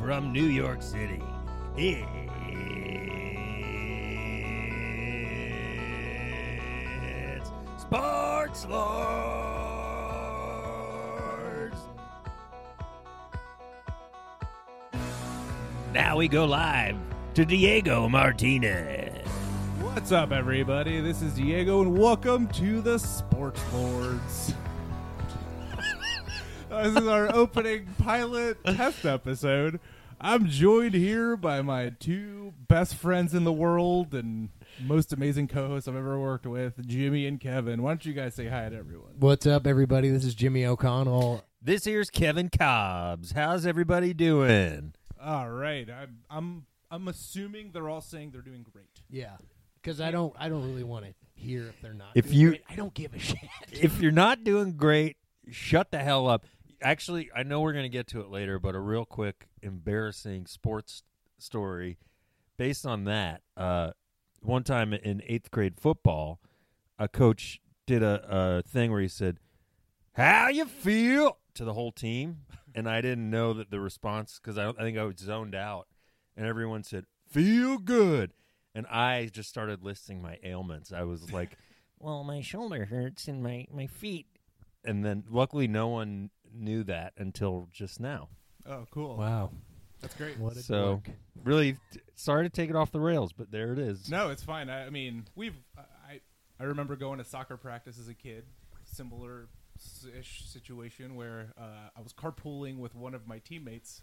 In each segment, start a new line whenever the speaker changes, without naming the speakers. from New York City. It's Sports Lords. Now we go live to Diego Martinez.
What's up, everybody? This is Diego, and welcome to the Sports Lords. this is our opening pilot test episode. I'm joined here by my two best friends in the world and most amazing co hosts I've ever worked with, Jimmy and Kevin. Why don't you guys say hi to everyone?
What's up, everybody? This is Jimmy O'Connell.
This here's Kevin Cobbs. How's everybody doing?
All right. I'm, I'm, I'm assuming they're all saying they're doing great.
Yeah, because I don't, I don't really want to hear if they're not.
If
doing
you-
great. I don't give a shit.
if you're not doing great, shut the hell up. Actually, I know we're going to get to it later, but a real quick embarrassing sports story based on that. Uh, one time in eighth grade football, a coach did a, a thing where he said, "How you feel?" to the whole team, and I didn't know that the response because I, don't- I think I was zoned out, and everyone said, "Feel good," and I just started listing my ailments. I was like. well my shoulder hurts and my my feet and then luckily no one knew that until just now
Oh, cool.
Wow,
That's great.
what a
so
dork.
really t- sorry to take it off the rails but there it is
No, it's fine. I, I mean, we've. I I remember going to soccer practice as a kid. Similar ish situation where uh, I was carpooling with one of my teammates,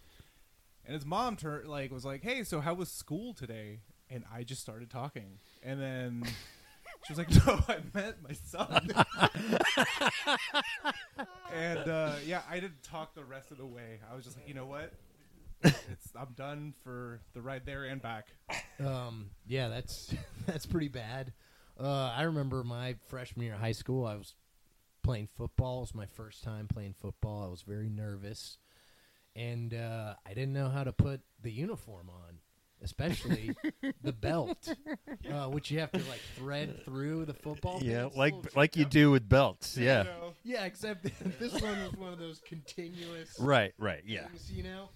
and his mom tur like was like, "Hey, so how was school today?" And I just started talking, and then she was like, "No, I meant my son." and uh, yeah, I didn't talk the rest of the way. I was just like, "You know what? It's, I'm done for the ride there and back."
Um, yeah, that's that's pretty bad. Uh, I remember my freshman year of high school. I was playing football. It was my first time playing football. I was very nervous, and uh, I didn't know how to put the uniform on, especially the belt, uh, which you have to like thread through the football. thing.
yeah
It's a
like
little
like you do with belts yeah
You know?
Yeah, except this one was one of those continuous
right right yeah
things, you know.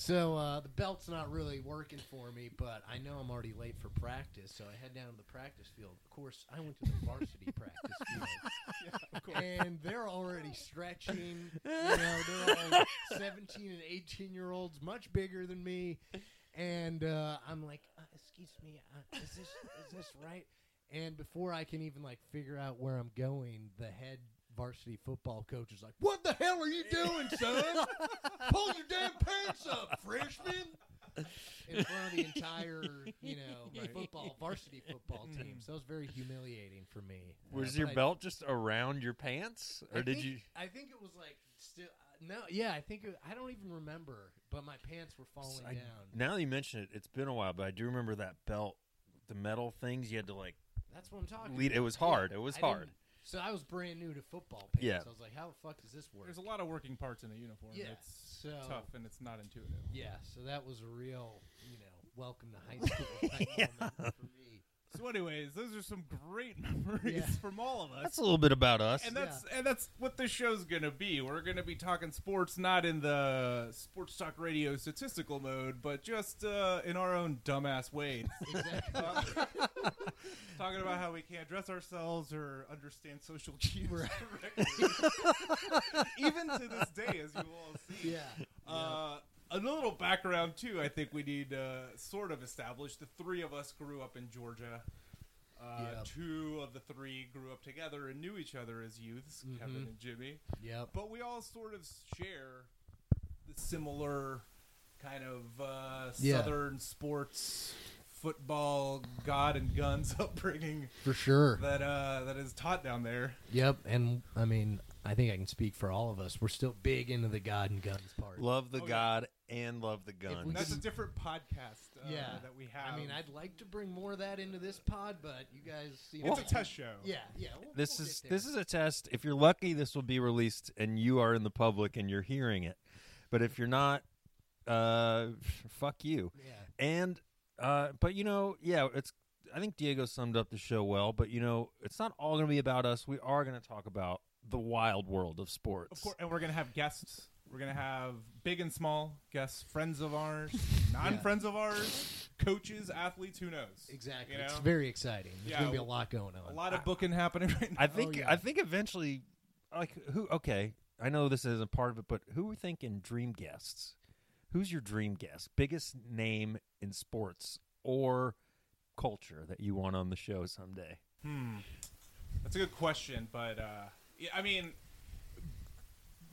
So uh, the belt's not really working for me, but I know I'm already late for practice, so I head down to the practice field. Of course, I went to the varsity practice field, and they're already stretching. You know, they're all 17 and 18 year olds, much bigger than me, and uh, I'm like, uh, "Excuse me, uh, is this is this right?" And before I can even like figure out where I'm going, the head varsity football coach is like, "What the hell are you doing, son? Pull your damn pants up, freshman!" In front of the entire, you know,
Right.
football varsity football team. So it was very humiliating for me. Uh,
was
but
your
I-
belt just around your pants
I
or did
think-
you
I think it was like still. uh, No, yeah, I think it, I don't even remember, but my pants were falling
I-
down.
now that you mention it it's been a while but i do remember that belt the metal things you had to like
That's what I'm talking.
lead it
about.
was
Yeah,
hard it was
I
hard
didn't- So I was brand new to football pants.
Yeah.
I was like, how the fuck does this work?
There's a lot of working parts in a uniform.
Yeah, Oh.
it's
so-
tough and it's not intuitive.
Yeah, so that was a real, you know, welcome to high school type moment for me.
So, anyways, those are some great memories
Yeah.
from all of us,
that's a little bit about us
and that's and that's what this show's gonna be. We're gonna be talking sports, not in the sports talk radio statistical mode, but just uh, in our own dumbass way,
Exactly.
Uh, talking about how we can't dress ourselves or understand social cues
Right.
correctly, even to this day, as you will all see.
yeah.
Uh, a little background too. I think we need uh, sort of establish. The three of us grew up in Georgia. Uh,
Yep.
Two of the three grew up together and knew each other as youths, Kevin
Mhm.
and Jimmy.
Yep.
But we all sort of share the similar kind of uh,
Yeah.
southern sports, football, god and guns upbringing
For sure.
that uh, that is taught down there.
Yep. And I mean, I think I can speak for all of us. We're still big into the God and Guns part.
love the
Oh, yeah.
god and love the
we
guns
That's a different podcast. Uh,
Yeah.
that we have.
I mean, I'd like to bring more of that into this pod, but you guys, you know,
it's a test show.
Yeah, yeah. we'll-
This
we'll
is
get
this
there.
is a test. If you're lucky, this will be released, and you are in the public and you're hearing it. But if you're not, uh, fuck you.
yeah.
And uh, but you know, yeah, it's. I think Diego summed up the show well. But you know, it's not all going to be about us. We are going to talk about the wild world of sports.
Of course, and we're gonna have guests. We're gonna have big and small guests, friends of ours, non-friends of ours, coaches, athletes. Who knows?
Exactly.
You know?
It's very exciting. There's
Yeah,
going to be a
well,
lot going on.
a lot of booking happening right now.
I think
yeah.
I think eventually, like who? Okay, I know this isn't part of it, but who are thinking dream guests? Who's your dream guest? Biggest name in sports or culture that you want on the show someday?
That's a good question, but uh, yeah, I mean,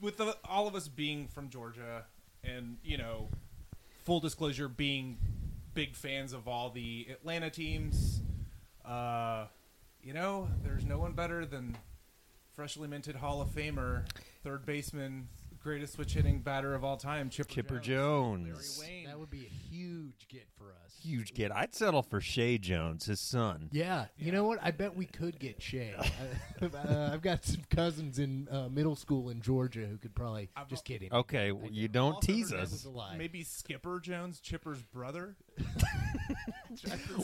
with the, all of us being from Georgia, and you know, full disclosure, being big fans of all the Atlanta teams, uh, you know, there's no one better than freshly minted Hall of Famer, third baseman, greatest switch hitting batter of all time, Chipper,
Chipper Jones.
Larry Wayne.
That would be a huge get for us.
Huge get. I'd settle for Shea Jones, his son.
Yeah, you know what? I bet we could get Shea. I, uh, I've got some cousins in uh, middle school in Georgia who could probably
I've
just kidding.
Okay, well, you don't
Also,
tease
that
That was
us.
a lie.
Maybe Skipper Jones, Chipper's brother.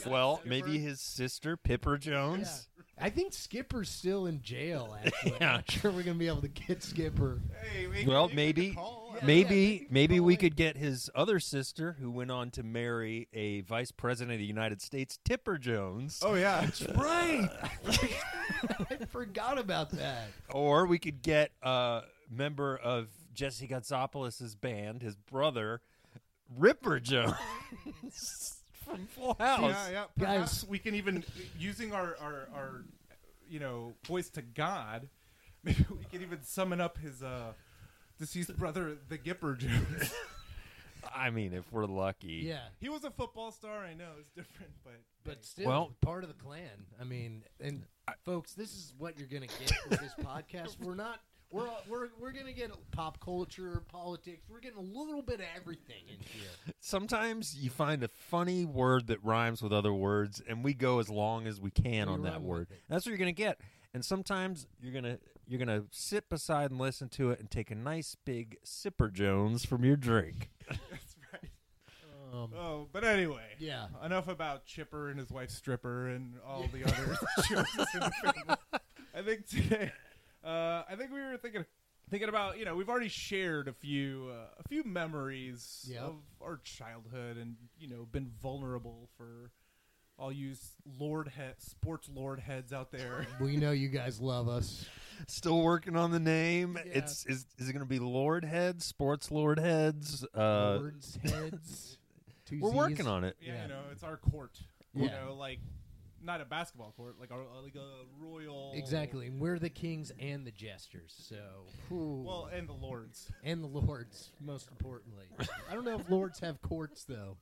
Well,
Skipper.
maybe his sister Pipper Jones.
I think Skipper's still in jail. Actually,
Yeah.
I'm not sure we're gonna be able to get Skipper.
Hey, we-
Well,
we make a
maybe,
call.
maybe,
yeah,
maybe we
probably.
could get his other sister, who went on to marry a vice president of the United States, Tipper Jones. Uh,
Oh yeah.
right.
I forgot about that.
Or we could get a member of Jesse Gonzopoulos' band, his brother, Ripper Jones from Full House.
Yeah, yeah. Perhaps
Guys.
we can even using our, our our you know voice to God. Maybe we can even summon up his uh deceased brother, the Gipper Jones.
I mean, if we're lucky.
Yeah,
he was a football star. I know it's different, but
but still,
Well-
part of the clan. I mean, and folks, this is what you're gonna get with this podcast. We're not. We're, all- we're, we're gonna get pop culture, politics. We're getting a little bit of everything in here.
Sometimes you find a funny word that rhymes with other words, and we go as long as we can
We
on that
run with
word.
it.
That's what you're gonna get. And sometimes you're gonna you're gonna sit beside and listen to it and take a nice big sipper Jones from your drink.
that's right.
Um,
Oh, but anyway.
yeah,
Enough about Chipper and his wife Stripper and all the other jokes in the family. I think today, uh, I think we were thinking thinking about you know we've already shared a few uh, a few memories
Yep.
of our childhood and you know been vulnerable for all you s- lord he- sports lord heads out there.
we know you guys love us.
Still working on the name.
Yeah.
It's is is it gonna be Lord Heads, Sports Lord Heads? Uh,
Words, heads. two
we're
Zs.
working on it.
yeah,
Yeah.
you know it's our court. You
Yeah.
know, like not a basketball court, like a like a royal
Exactly. And we're the kings and the jesters. So, whew.
Well, and the lords.
and the lords, most importantly. I don't know if lords have courts though.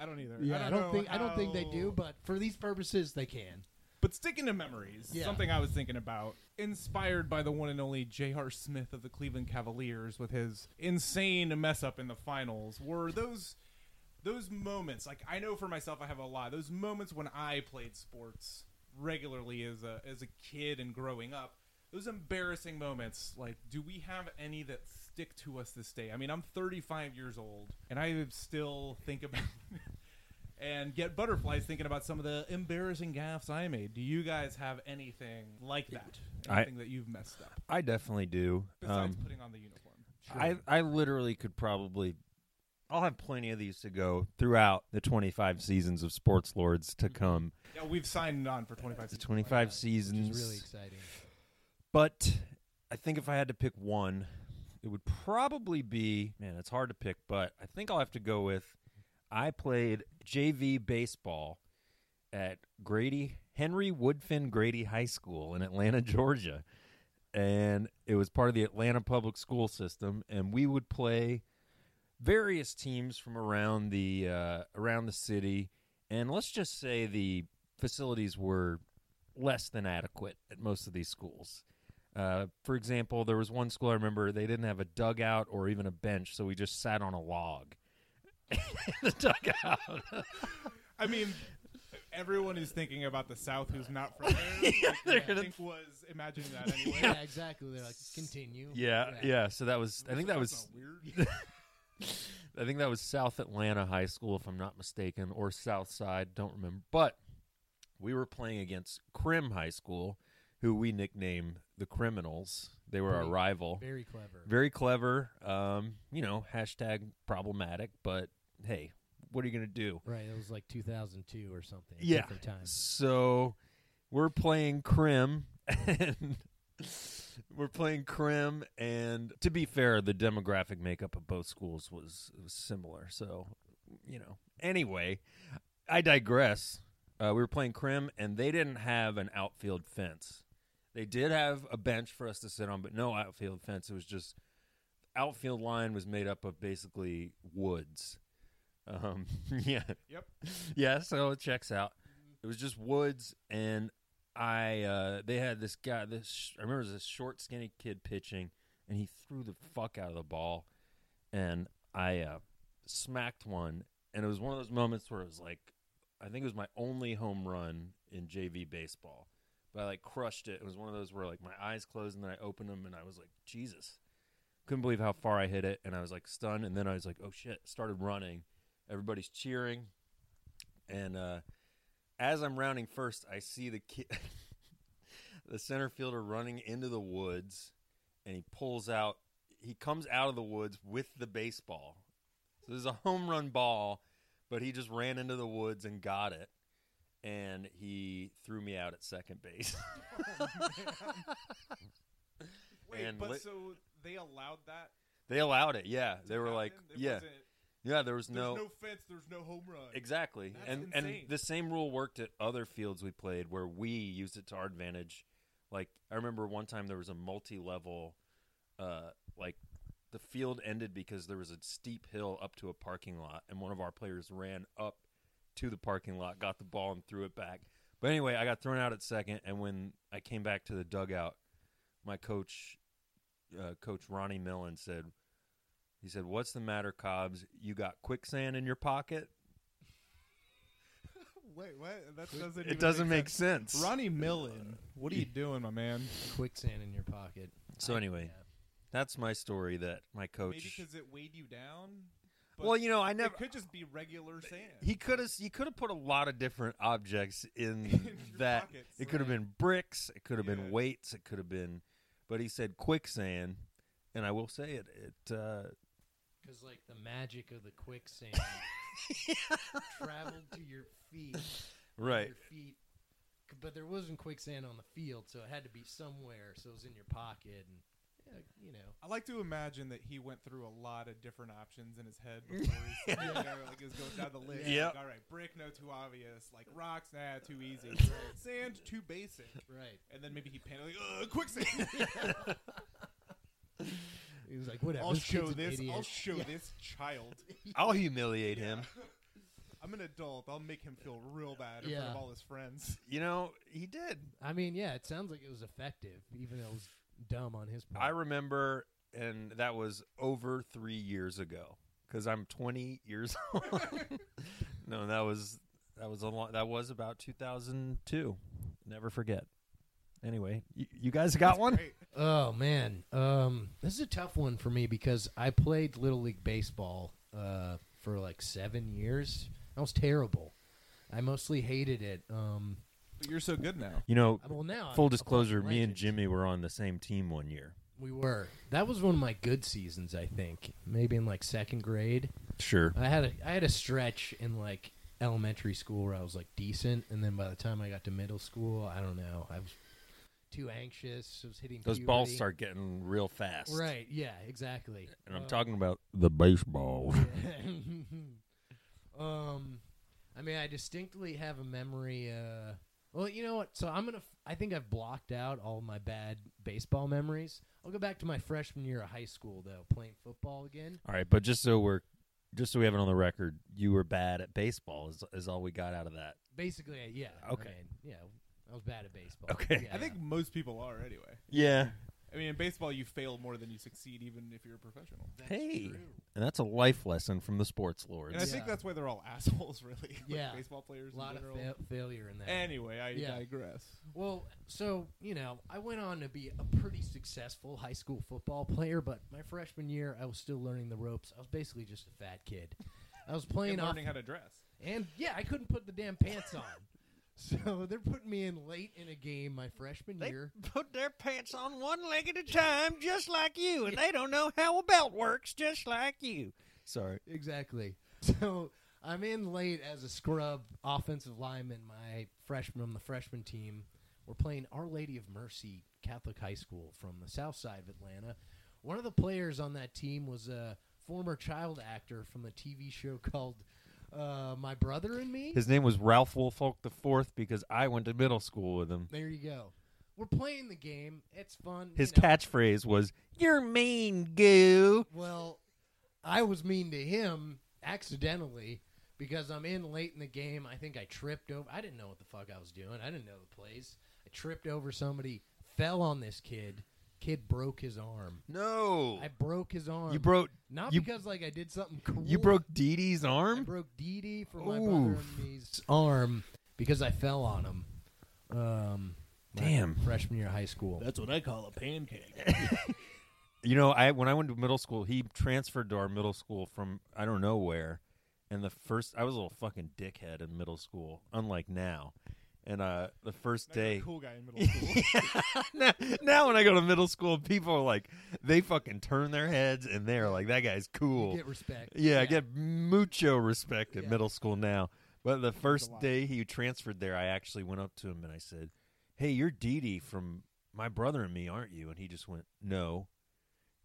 I don't either.
Yeah, I don't,
know
think I don't think they do.
how-
But for these purposes, they can.
But sticking to memories,
Yeah.
something I was thinking about, inspired by the one and only J.R. Smith of the Cleveland Cavaliers with his insane mess up in the finals, were those those moments. Like I know for myself, I have a lot. Those moments when I played sports regularly as a as a kid and growing up. Those embarrassing moments, like, do we have any that stick to us this day? I mean, I'm 35 years old, and I still think about and get butterflies thinking about some of the embarrassing gaffes I made. Do you guys have anything like that?
I- Um,
Anything that you've messed up
I definitely do.
besides putting on the uniform?
I, I literally could probably I'll have plenty of these to go throughout the 25 seasons of Sports Lords to come.
Yeah, we've signed on for 25
The
seasons.
25
Which
seasons.
is really exciting.
but I think if I had to pick one, it would probably be man, it's hard to pick, but I think I'll have to go with I played JV baseball at Grady Henry Woodfin Grady High School in Atlanta, Georgia. And it was part of the Atlanta public school system and we would play various teams from around the uh, around the city and let's just say the facilities were less than adequate at most of these schools. Uh, for example, there was one school I remember they didn't have a dugout or even a bench, so we just sat on a log in the dugout.
I mean, everyone who's thinking about the South who's not from there,
they're
like, I
gonna-
think was imagining that anyway.
Yeah, exactly. They're like continue.
yeah, yeah. So that was I think that
That's
was
not weird.
I think that was South Atlanta High School, if I'm not mistaken, or South Side. Don't remember. But we were playing against Crim High School, who we nickname the criminals. They were our
Pretty-
rival.
Very clever.
Very clever. Um, you know, hashtag problematic, but hey, what are you gonna do?
right. It was like 2002 or something. a
Yeah.
Different time.
So we're playing Krim and we're playing Krim and to be fair, the demographic makeup of both schools was, was similar. So, you know. Anyway, I digress. Uh, we were playing Krim and they didn't have an outfield fence. They did have a bench for us to sit on, but no outfield fence. It was just outfield line was made up of basically woods. Um, yeah.
Yep.
Yeah, so it checks out. It was just woods, and I uh, they had this guy. This I remember it was this short, skinny kid pitching, and he threw the fuck out of the ball, and I uh, smacked one, and it was one of those moments where it was like, I think it was my only home run in JV baseball, but I like crushed it. It was one of those where like my eyes closed and then I opened them, and I was like, Jesus, couldn't believe how far I hit it, and I was like stunned, and then I was like, oh shit, started running. Everybody's cheering. And uh, as I'm rounding first, I see the kid, the center fielder running into the woods, and he pulls out. He comes out of the woods with the baseball. So there's a home run ball, but he just ran into the woods and got it, and he threw me out at second base.
Wait,
And
but
lit-
so they allowed that?
they allowed it. Yeah,
to
they were
happen?
like,
It
yeah,
wasn't-
yeah. There was
There's no, fence. There's no home run.
Exactly.
That's
and
insane.
and the same rule worked at other fields we played where we used it to our advantage. Like I remember one time there was a multi-level uh like the field ended because there was a steep hill up to a parking lot and one of our players ran up to the parking lot, got the ball and threw it back. But anyway, I got thrown out at second and when I came back to the dugout, my coach uh, coach Ronnie Millen said he said, "What's the matter, Cobbs? You got quicksand in your pocket?"
Wait, what? That doesn't. even
It doesn't make
sense.
sense.
Ronnie Millen, what are you doing, my man?
Quicksand in your pocket.
So anyway,
Yeah.
that's my story that my
Maybe
coach.
because it weighed you down. but
Well, you know, I
it
never.
could just be regular sand.
He could have. He could have put a lot of different objects in
In your
that.
pockets.
It could have been bricks. It could have
Yeah.
been weights. It could have been. But he said quicksand, and I will say it. It. Uh,
Because like the magic of the quicksand traveled to your feet. Your feet. C- But there wasn't quicksand on the field, so it had to be somewhere. So it was in your pocket, and yeah, you know,
I like to imagine that he went through a lot of different options in his head before he said, you know, like he was going down the list. like,
Yep.
all right, brick, no, too obvious. Like rocks, nah, too easy. sand, too basic.
right?
And then maybe he panicked, like, ugh, quicksand.
He was like, whatever.
I'll
this kid's
show
an
this. I'll
idiot.
show
Yeah.
this child.
I'll humiliate him.
I'm an adult. I'll make him feel real bad in front
Yeah.
of all his friends.
You know, he did.
I mean, yeah, it sounds like it was effective, even though it was dumb on his part.
I remember, and that was over three years ago because I'm 20 years old. no, that was that was a long, that was about 2002. Never forget. Anyway, you, you guys got one.
Great.
Oh man, um, this is a tough one for me because I played little league baseball uh, for like seven years. That was terrible. I mostly hated it. Um,
But you're so good now.
You know,
well, now I'm
full
a
disclosure,
fucking
me and
legend.
Jimmy were on the same team one year.
we were. That was one of my good seasons, I think. Maybe in like second grade.
Sure.
I had a I had a stretch in like elementary school where I was like decent, and then by the time I got to middle school, I don't know, I was too anxious. I was hitting
Those
puberty.
balls start getting real fast.
right. Yeah, exactly.
And I'm
Um,
talking about the baseballs.
um, I mean, I distinctly have a memory. Uh, well, you know what? So I'm gonna. F- I think I've blocked out all my bad baseball memories. I'll go back to my freshman year of high school though, playing football again.
All right, but just so we're just so we have it on the record, you were bad at baseball is is all we got out of that.
Basically, I- yeah. I
Okay.
mean, yeah, I was bad at baseball.
Okay.
Yeah.
I think most people are anyway.
Yeah.
I mean, in baseball, you fail more than you succeed, even if you're a professional.
That's
Hey.
true.
And that's a life lesson from the sports lords.
And I think
Yeah.
that's why they're all assholes, really. like
Yeah.
baseball players
a
in
lot of
general.
fail failure in that.
Anyway, I
Yeah.
digress.
Well, so you know, I went on to be a pretty successful high school football player, but my freshman year, I was still learning the ropes. I was basically just a fat kid. I was
And
playing off,
learning how to dress.
and yeah, I couldn't put the damn pants on. So they're putting me in late in a game my freshman year.
put their pants on one leg at a time, just like you, and they don't know how a belt works, just like you. Sorry.
Exactly. So I'm in late as a scrub offensive lineman. My freshman, on the freshman team, we're playing Our Lady of Mercy Catholic High School from the south side of Atlanta. One of the players on that team was a former child actor from a TV show called uh, My Brother and Me.
His name was Ralph Woolfolk the Fourth because I went to middle school with him.
There you go. We're playing the game. It's fun.
His
you know.
catchphrase was "You're mean, goo."
Well, I was mean to him accidentally because I'm in late in the game. I think I tripped over. I didn't know what the fuck I was doing. I didn't know the plays. I tripped over somebody, fell on this kid. Kid broke his arm.
No,
I broke his arm.
you broke
not
you-
because like I did something cool.
you broke Dee Dee's
I
arm.
broke Dee Dee from my brother
Oof.
and me's arm because I fell on him. Um, my
Damn.
freshman year of high school.
That's what I call a pancake.
You know, I when I went to middle school, he transferred to our middle school from I don't know where. And the first, I was a little fucking dickhead in middle school, unlike now. And uh, the first
Not even
day,
a cool guy in middle school.
now, now when I go to middle school, people are like, they fucking turn their heads and they're like, that guy's
You
cool.
get respect.
yeah, I get mucho respect at
Yeah.
middle school now. But the first
lot.
day he transferred there, I actually went up to him and I said, hey, you're Dee Dee from my brother and me, aren't you? And he just went, no.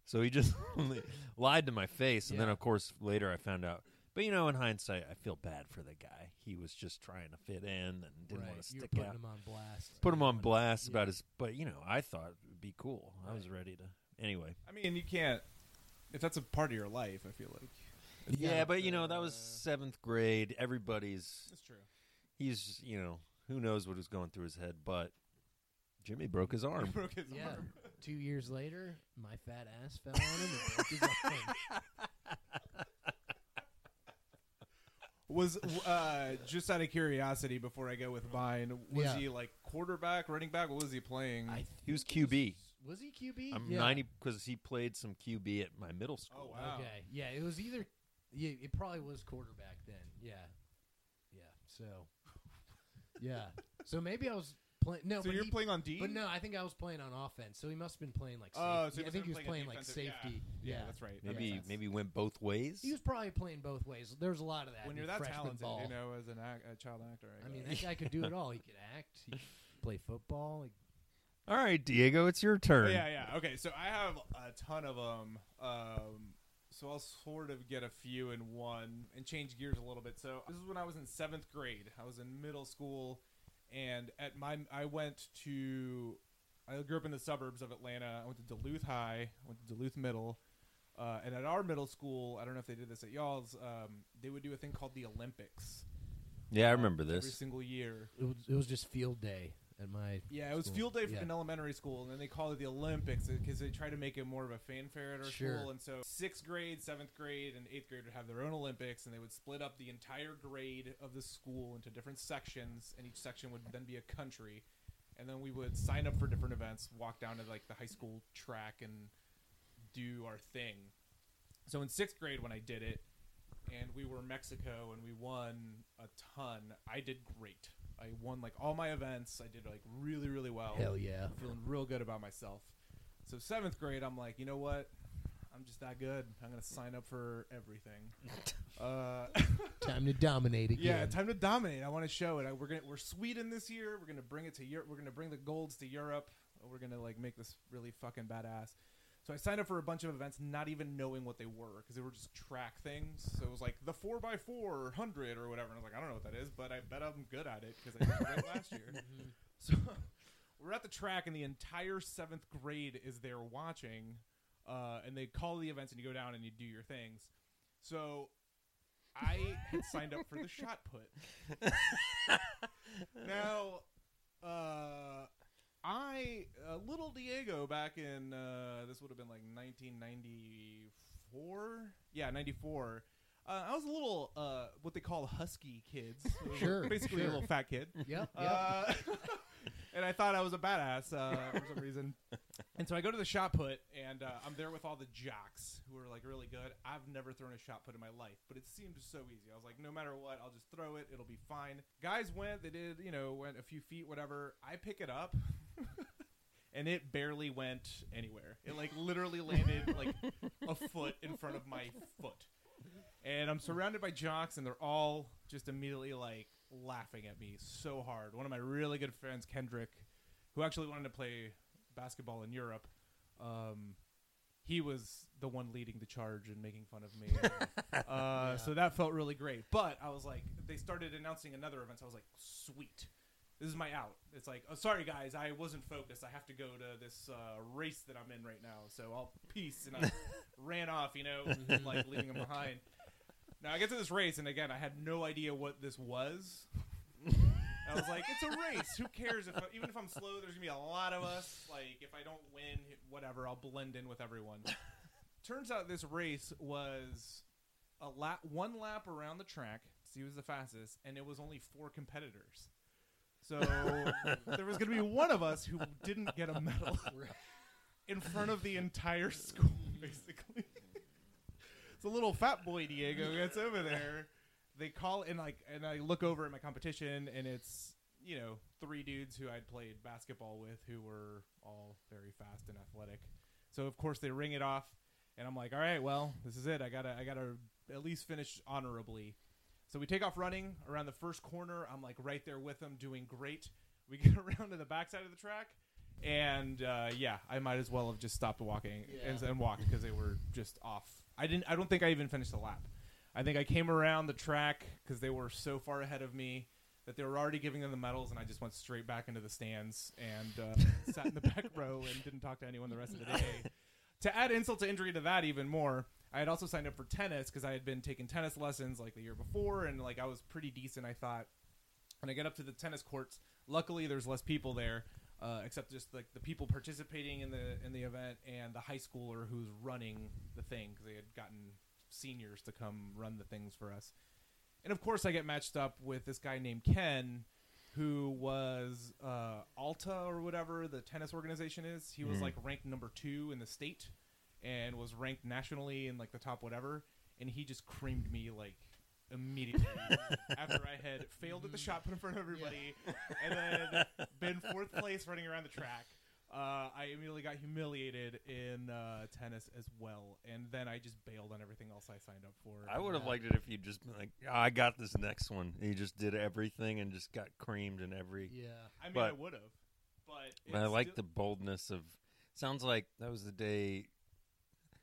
So he just lied to my face. And then,
Yeah.
of course, later I found out. But, you know, in hindsight, I feel bad for the guy. He was just trying to fit in and didn't
right.
want to
You're
stick
putting
out
him on blast.
put him on blast
Yeah.
about his but you know i thought it would be cool i was ready to anyway
I mean, you can't. If that's a part of your life, I feel like
yeah, but you know that was
uh,
seventh grade everybody's
that's true.
he's you know who knows what was going through his head but jimmy broke his arm
broke his
Yeah.
arm.
Two years later, my fat ass fell on him and broke his arm.
Was uh, just out of curiosity before I go with mine. Was
Yeah.
he like quarterback, running back? What was he playing?
I
he was
think
qb
Was he QB?
i'm
yeah.
90 because he played some qb at my middle
oh
school
wow.
Okay. Yeah, it was either. Yeah, it probably was quarterback then. Yeah. Yeah. So. Yeah. so maybe I was playing. No,
so
but,
you're
he-
playing on D?
but no, I think I was playing on offense. So he must have been playing like. Safety.
Oh, so he
I
must
think
have
he was
been
playing
playing
like
defensive-
safety.
Yeah, that's right. That
maybe
makes sense.
maybe went both ways
He was probably playing both ways. There was a lot of that.
when
in
you're that
freshman
talented,
ball.
you know, as an ac- a child actor.
I mean, that guy could do it all. He could act. He could play football. He
all right diego it's your turn
Yeah, yeah. Okay, so I have a ton of them. Um, so I'll sort of get a few in one and change gears a little bit. So this is when I was in seventh grade. I was in middle school, and at my I went to. I grew up in the suburbs of Atlanta. I went to Duluth High. I went to Duluth Middle. Uh, and at our middle school, I don't know if they did this at y'all's. Um, they would do a thing called the Olympics.
Yeah, i remember
every
this
single year.
it was, it was just field day at my
Yeah, it was
school.
field day
Yeah.
in elementary school, and then they called it the Olympics because they tried to make it more of a fanfare at our
Sure.
school. And so sixth grade, seventh grade, and eighth grade would have their own Olympics, and they would split up the entire grade of the school into different sections, and each section would then be a country. And then we would sign up for different events, walk down to like the high school track, and do our thing. So in sixth grade, when I did it, and we were Mexico and we won a ton. I did great. I won like all my events. I did like really, really well.
Hell yeah.
Feeling real good about myself. So seventh grade, I'm like, you know what? I'm just that good. I'm gonna sign up for everything. uh,
Time to dominate again.
yeah, time to dominate. I want to show it. I, we're gonna we're Sweden this year. We're gonna bring it to Europe. We're gonna bring the golds to Europe. We're gonna like make this really fucking badass. So I signed up for a bunch of events, not even knowing what they were, because they were just track things. So it was like the four by four or hundred or whatever. And I was like, I don't know what that is, but I bet I'm good at it because I did great last year. So we're at the track, and the entire seventh grade is there watching, uh, and they call the events, and you go down and you do your things. So I had signed up for the shot put. now, uh, I uh, little Diego back in uh, this would have been like 1994. Yeah, 94. Uh, I was a little uh, what they call husky kids. So
Sure,
basically a
sure.
little fat kid.
Yep. yep.
Uh, and I thought I was a badass uh, for some reason. And so I go to the shot put, and uh, I'm there with all the jocks who are like really good. I've never thrown a shot put in my life, but it seemed so easy. I was like, no matter what, I'll just throw it. It'll be fine. Guys went, they did, you know, went a few feet, whatever. I pick it up, and it barely went anywhere. It like literally landed like a foot in front of my foot. And I'm surrounded by jocks, and they're all just immediately like laughing at me so hard. One of my really good friends, Kendrick, who actually wanted to play basketball in Europe, um, he was the one leading the charge and making fun of me. uh, So that felt really great. But I was like, they started announcing another event, so I was like, sweet. This is my out. It's like, oh, sorry guys, I wasn't focused. I have to go to this uh, race that I'm in right now. So I'll peace, and I ran off, you know, like leaving him behind. Now I get to this race, and again, I had no idea what this was. I was like, it's a race. Who cares if I, even if I'm slow? There's gonna be a lot of us. Like, if I don't win, whatever. I'll blend in with everyone. Turns out this race was a lap, one lap around the track. So he was the fastest, and it was only four competitors. So there was gonna be one of us who didn't get a medal in front of the entire school, basically. so little fat boy Diego gets over there. They call and like and I look over at my competition and it's you know three dudes who I'd played basketball with who were all very fast and athletic. So of course they ring it off, and I'm like, all right, well this is it. I gotta I gotta at least finish honorably. So we take off running around the first corner. I'm like right there with them, doing great. We get around to the backside of the track, and uh, yeah, I might as well have just stopped walking and,
Yeah.
and walked because they were just off. I didn't. I don't think I even finished the lap. I think I came around the track because they were so far ahead of me that they were already giving them the medals, and I just went straight back into the stands and uh, sat in the back row and didn't talk to anyone the rest of the day. to add insult to injury to that even more, I had also signed up for tennis because I had been taking tennis lessons like the year before, and like I was pretty decent, I thought. And I get up to the tennis courts. Luckily, there's less people there, uh, except just like the people participating in the in the event and the high schooler who's running the thing because they had gotten seniors to come run the things for us. And of course, I get matched up with this guy named Ken, who was uh, Alta or whatever the tennis organization is. He was like ranked number two in the state, and was ranked nationally in like the top whatever. And he just creamed me like immediately after I had failed at the shot put in front of everybody, and then been fourth place running around the track. Uh, I immediately got humiliated in uh, tennis as well, and then I just bailed on everything else I signed up for.
I would have
Yeah.
liked it if you just been like, "Ah, I got this next one. And you just did everything and just got creamed in every.
Yeah.
I mean, I
But-
would have. But
But I
it's
like
still-
the boldness of. Sounds like that was the day.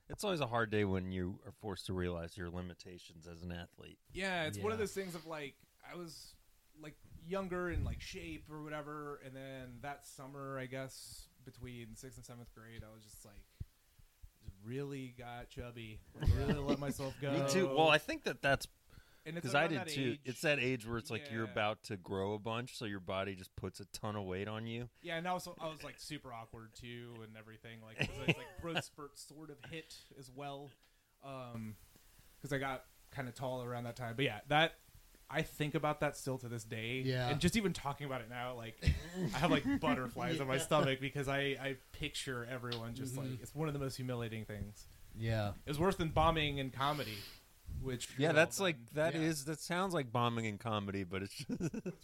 It's always a hard day when you are forced to realize your limitations as an athlete.
Yeah, it's one of
Yeah.
those things of like I was like younger and like shape or whatever, and then that summer, I guess between sixth and seventh grade, I was just like really got chubby. Like, really let myself go.
Me too. Well, I think that that's
and it's
because I
around
did
that
too.
age-
It's that age where it's like you're
Yeah.
about to grow a bunch, so your body just puts a ton of weight on you.
yeah, and also I was like super awkward too, and everything like 'cause I was, like growth spurt sort of hit as well, because I got kind of tall around that time. But yeah, that I think about that still to this day.
Yeah.
and just even talking about it now, like I have like butterflies in my
Yeah. Mm-hmm.
stomach because I I picture everyone just like it's one of the most humiliating things.
Yeah.
It was worse than bombing in comedy, which
Yeah,
well
that's
done.
like that is
Yeah.
that sounds like bombing in comedy, but it's just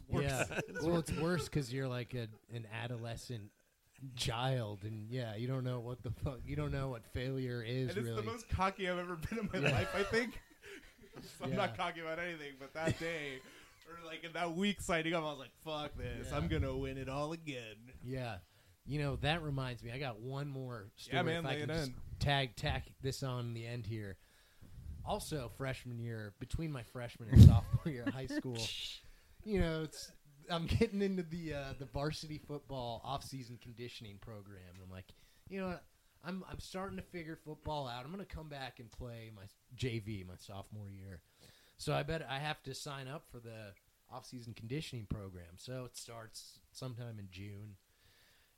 worse.
Yeah. well, it's worse because you're like a, an adolescent child, and yeah, you don't know what the fuck, you don't know what failure is
And it's
really.
the most cocky I've ever been in my
Yeah.
life, I think. So I'm
Yeah.
not cocky about anything, but that day, or like in that week signing up, I was like, fuck this.
Yeah.
I'm going to win it all again.
yeah. You know that reminds me. I got one more story.
Yeah, man,
if I
lay
can
it
just
in.
tag tack this on the end here. Also, freshman year, between my freshman and sophomore year of high school, you know, it's I'm getting into the uh, the varsity football off-season conditioning program. And I'm like, you know, what? I'm I'm starting to figure football out. I'm going to come back and play my JV my sophomore year. So I bet I have to sign up for the off-season conditioning program. So it starts sometime in June,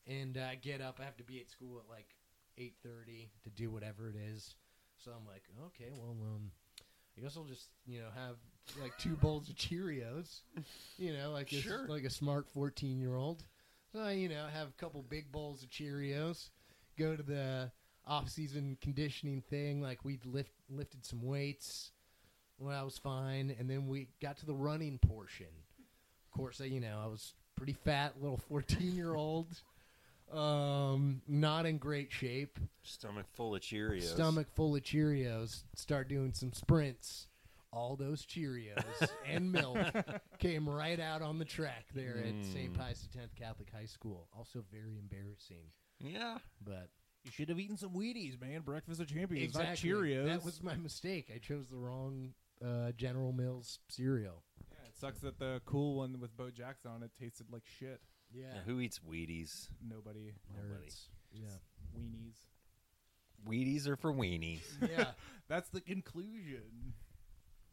and uh, I get up. I have to be at school at like 8:30 to do whatever it is. So I'm like, okay, well, um, I guess I'll just you know have like two bowls of Cheerios, you know, like a-
Sure.
like a smart 14 year old. So I, you know, have a couple big bowls of Cheerios, go to the off-season conditioning thing. Like we lift lifted some weights when I was fine, and then we got to the running portion. Of course, uh, you know I was pretty fat, little fourteen-year-old, um, not in great shape.
Stomach full of Cheerios.
Stomach full of Cheerios. Start doing some sprints. All those Cheerios and milk came right out on the track there at
Mm.
St. Pius X Catholic High School. Also very embarrassing,
Yeah.
but
You should have eaten some Wheaties, man. Breakfast of champions,
exactly.
not Cheerios.
That was my mistake. I chose the wrong uh, General Mills cereal.
Yeah, it sucks that the cool one with Bo Jackson on it tasted like shit.
Yeah,
Now, who eats Wheaties?
Nobody
Nobody.
nerds.
Just weenies.
Wheaties are for weenies.
Yeah, yeah.
That's the conclusion.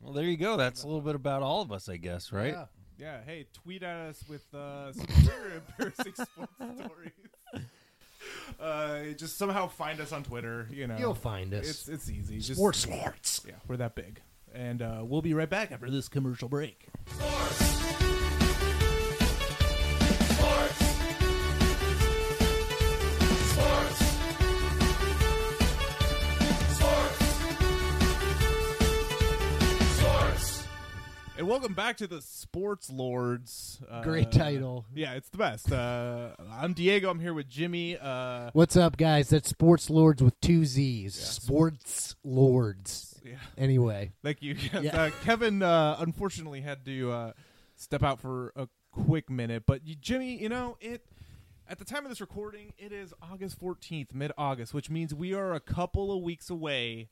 Well, there you go. That's a little bit about all of us, I guess, right?
Yeah.
Yeah, hey, tweet at us with uh, some of your embarrassing sports stories. Uh, just somehow find us on Twitter. You know,
You'll find us.
it's it's easy. Just
Sports lords.
Yeah, we're that big, and uh, we'll be right back after this commercial break. And welcome back to the Sports Lords. Uh,
Great title.
Yeah, it's the best. Uh, I'm Diego. I'm here with Jimmy. Uh,
What's up, guys? That's Sports Lords with two Z's. Sports Lords.
yeah.
Anyway,
Thank you. Yes,
Yeah.
uh, Kevin uh, unfortunately had to uh, step out for a quick minute, but you, Jimmy, you know it. At the time of this recording, it is August fourteenth, mid-August, which means we are a couple of weeks away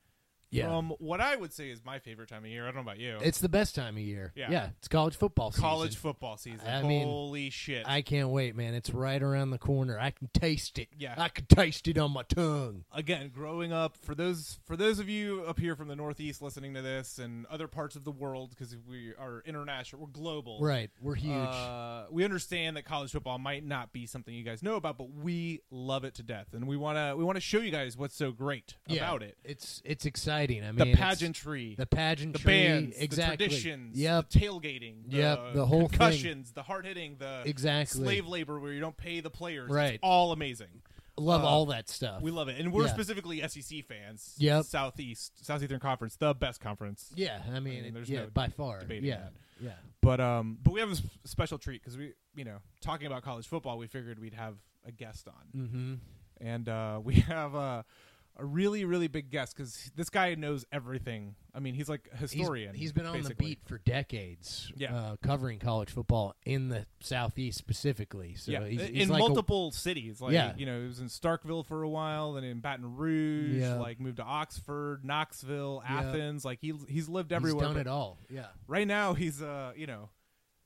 yeah.
from what I would say is my favorite time of year. I don't know about you.
It's the best time of year.
Yeah.
it's college football season.
college football season.
I mean,
Holy shit!
I can't wait, man. It's right around the corner. I can taste it.
Yeah.
I can taste it on my tongue.
Again, growing up for those for those of you up here from the Northeast listening to this and other parts of the world because we are international, we're global,
Right. We're huge.
Uh, we understand that college football might not be something you guys know about, but we love it to death, and we wanna we wanna show you guys what's so great
Yeah.
about it.
It's it's exciting. I mean
The
it's-
pageantry,
The
the,
pageantry.
bands,
exactly.
the traditions,
Yep.
the tailgating, the
Yep, the whole thing.
concussions, the hard hitting, the
Exactly.
slave labor where you don't pay the players.
Right.
It's all amazing.
Love
uh,
all that stuff.
We love it, and we're
Yeah.
specifically SEC fans.
Yep.
Southeast Southeastern Conference, the best conference.
Yeah, I mean,
mean,
it-
there's
yeah,
no
by far.
debating
Yeah.
that.
Yeah.
But um, but we have a s- special treat because we, you know, talking about college football, we figured we'd have a guest on.
Mhm.
and uh, we have uh, a really really big guest because this guy knows everything. I mean, he's like a
He's-
historian.
he's been on
basically.
the beat for decades,
Yeah.
uh, covering college football in the southeast specifically. So
yeah,
he's,
in
he's like a-
multiple cities. Like
Yeah.
you know, he was in Starkville for a while, then in Baton Rouge.
Yeah.
Like moved to Oxford, Knoxville,
Yeah.
Athens. Like he he's lived
he's
everywhere.
done
but
it all. Yeah,
Right now, he's uh you know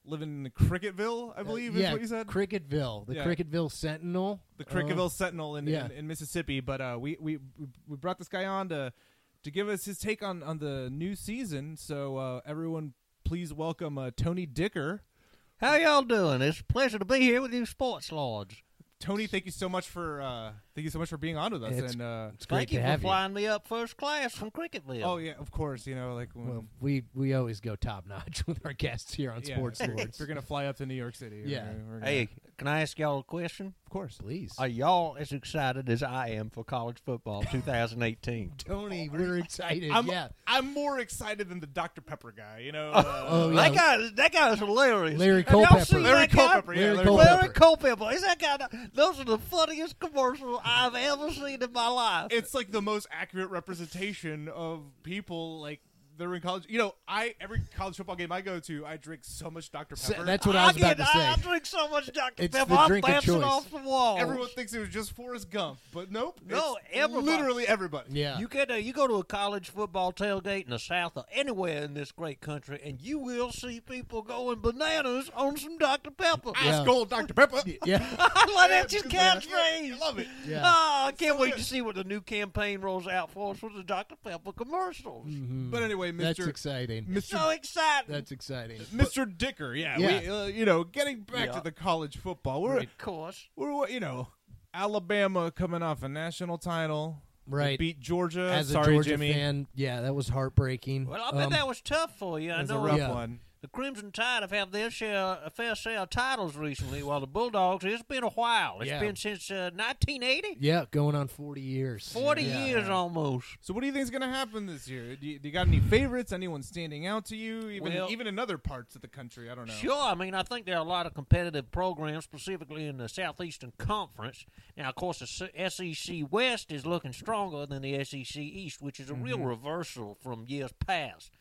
living in Cricketville, I believe
Uh, yeah,
is what you said.
Cricketville, the
Yeah.
Cricketville Sentinel,
the
Uh,
Cricketville Sentinel in,
yeah.
in, in Mississippi. But uh, we, we we- we brought this guy on to to give us his take on, on the new season. So uh, everyone, please welcome uh, Tony Dicker.
How y'all doing? It's a pleasure to be here with you, sports lords.
Tony, thank you so much for uh, thank you so much for being on with us.
It's-
and uh,
it's great
Thank you
to
for
have
flying me up first class from Cricketville.
oh yeah, of course, you know like when,
Well, we we always go top notch with our guests here on
yeah,
Sports
if we're-
Lords.
If you're gonna fly up to New York City,
Yeah.
we're- we're gonna-
Hey, can I ask y'all a question?
of course.
Please,
Are y'all as excited as I am for college football 2018?
Tony, we're excited.
I'm
yeah,
I'm more excited than the Dr Pepper guy. You know, uh,
Oh, yeah.
That guy, is- that guy is hilarious.
Larry
Have y'all
Culpepper.
seen
Larry
that guy?
Culpepper, yeah,
Larry
Larry
Culpepper.
Larry Culpepper. Is that guy? Those are the funniest commercials I've ever seen in my life.
it's like the most accurate representation of people like they're in college. You know, I every college football game I go to, I drink so much Dr
So
Pepper.
that's what I was
get,
about to say.
I, I drink so much Dr.
It's
Pepper.
the
I'm
drink of
bouncing
choice.
off the wall.
everyone thinks it was just Forrest Gump, but nope.
No,
it's
everybody.
literally everybody.
yeah,
You get a, you go to a college football tailgate in the South or anywhere in this great country, and you will see people going bananas on some Dr Pepper.
Ice
Yeah.
cold Dr Pepper.
yeah.
I love that's his
Yeah, I
catchphrase.
love it.
Yeah.
Oh, I can't wait to see what the new campaign rolls out for us with the Dr Pepper commercials.
Mm-hmm.
Mhm.
But anyway,
that's
Mr.
exciting.
Mr.
So exciting!
That's exciting.
Mr. Dicker, yeah,
Yeah.
We, uh, you know, getting back to
Yeah.
the college football, we're
of course.
we're you know, Alabama coming off a national title, They
Right.
Beat Georgia.
As a
Sorry,
Georgia
Jimmy,
fan, yeah, that was heartbeaking.
Well, I bet
Um,
that was tough for you. I
That's a
know.
rough
Yeah.
one.
The Crimson Tide have had their share, a fair share of titles recently, while the Bulldogs, it's been a while. It's
Yeah.
been since uh, 1980?
Yeah, going on 40 years.
40
Yeah.
years almost.
So what do you think is going to happen this year? Do you, do you got any favorites? Anyone standing out to you? Even
Well-
even in other parts of the country, I don't know.
Sure, I mean I think there are a lot of competitive programs, specifically in the Southeastern Conference. Now, of course, the S- SEC West is looking stronger than the SEC East, which is a
Mm-hmm.
real reversal from years past.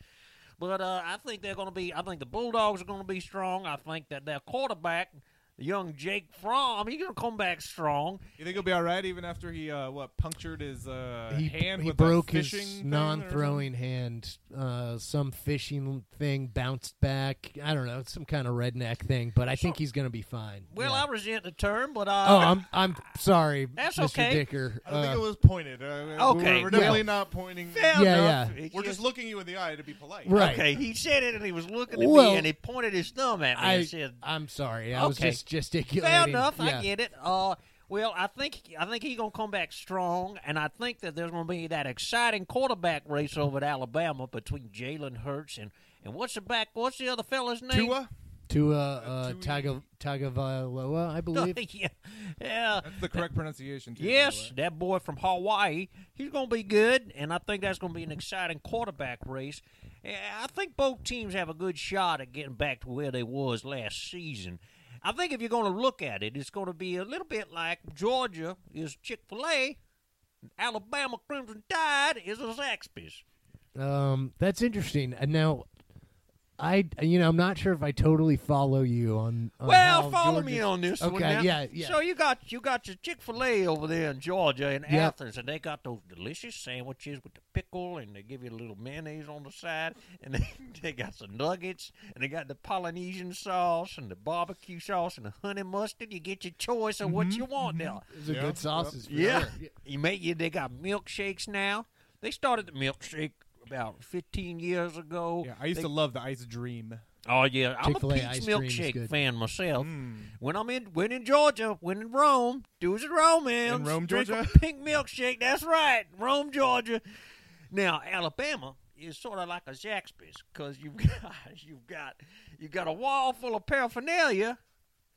But uh, I think they're going to be. I think the Bulldogs are going to be strong. I think that their quarterback, the young Jake Fromm, he's going to come back strong.
You think he'll be all right even after he uh, what punctured his uh,
He,
hand
he
with
broke
that
his
fishing thing or
non-throwing hand. Uh, some fishing thing bounced back. I don't know. It's some kind of redneck thing, but I think he's going to be fine.
Well,
Yeah.
I resent the term, but uh,
oh, I'm I'm sorry,
That's
Mr.
okay.
Dicker.
I don't think
Uh,
it was pointed. Uh, we
Okay,
we're, we're
yeah.
definitely not pointing.
fair
Yeah,
enough.
yeah.
It's
We're just looking you in the eye to be polite.
Right.
Okay, he said it, and he was looking at
Well,
me, and he pointed his thumb at me
I,
and said,
I'm sorry. I was
Okay.
just gesticulating.
Fair enough.
Yeah.
I get it. Uh, well, I think I think he's gonna come back strong, and I think that there's gonna be that exciting quarterback race over at Alabama between Jalen Hurts and and what's the back? What's the other fella's name?
Tua,
To uh, uh,
Tui-
Taga, Tagovailoa, I believe.
yeah, yeah.
that's the correct pronunciation. Too, by the
Yes,
way.
that boy from Hawaii. He's going to be good, and I think that's going to be an exciting quarterback race. Eh, I think both teams have a good shot at getting back to where they was last season. I think if you're going to look at it, it's going to be a little bit like Georgia is Chick Fil A, Alabama Crimson Tide is a Zaxby's.
Um, that's interesting. And now, I you know I'm not sure if I totally follow you on. on
Well,
how
follow
Georgia's-
me on this one.
Oh, Okay,
now.
yeah, yeah.
So you got you got your Chick Fil A over there in Georgia in
Yep.
Athens, and they got those delicious sandwiches with the pickle, and they give you a little mayonnaise on the side, and they, they got some nuggets, and they got the Polynesian sauce and the barbecue sauce and the honey mustard. You get your choice of
Mm-hmm,
what you want now.
Those are
Yeah.
good sauces. for
Yeah.
sure.
You make you. They got milkshakes now. They started the milkshake about 15 years ago.
Yeah, I used
They-
to love the ice dream.
Oh yeah,
Chick-fil-A
I'm a
ice
peach
cream is
milkshake
good. Mm.
fan myself.
Mm,
When I'm in, when in Georgia, when in Rome, do as in Rome, man.
In Rome,
Drink
Georgia?
a pink milkshake. That's right, Rome, Georgia. Now Alabama is sort of like a Zaxby's because you've got you've got you've got a wall full of paraphernalia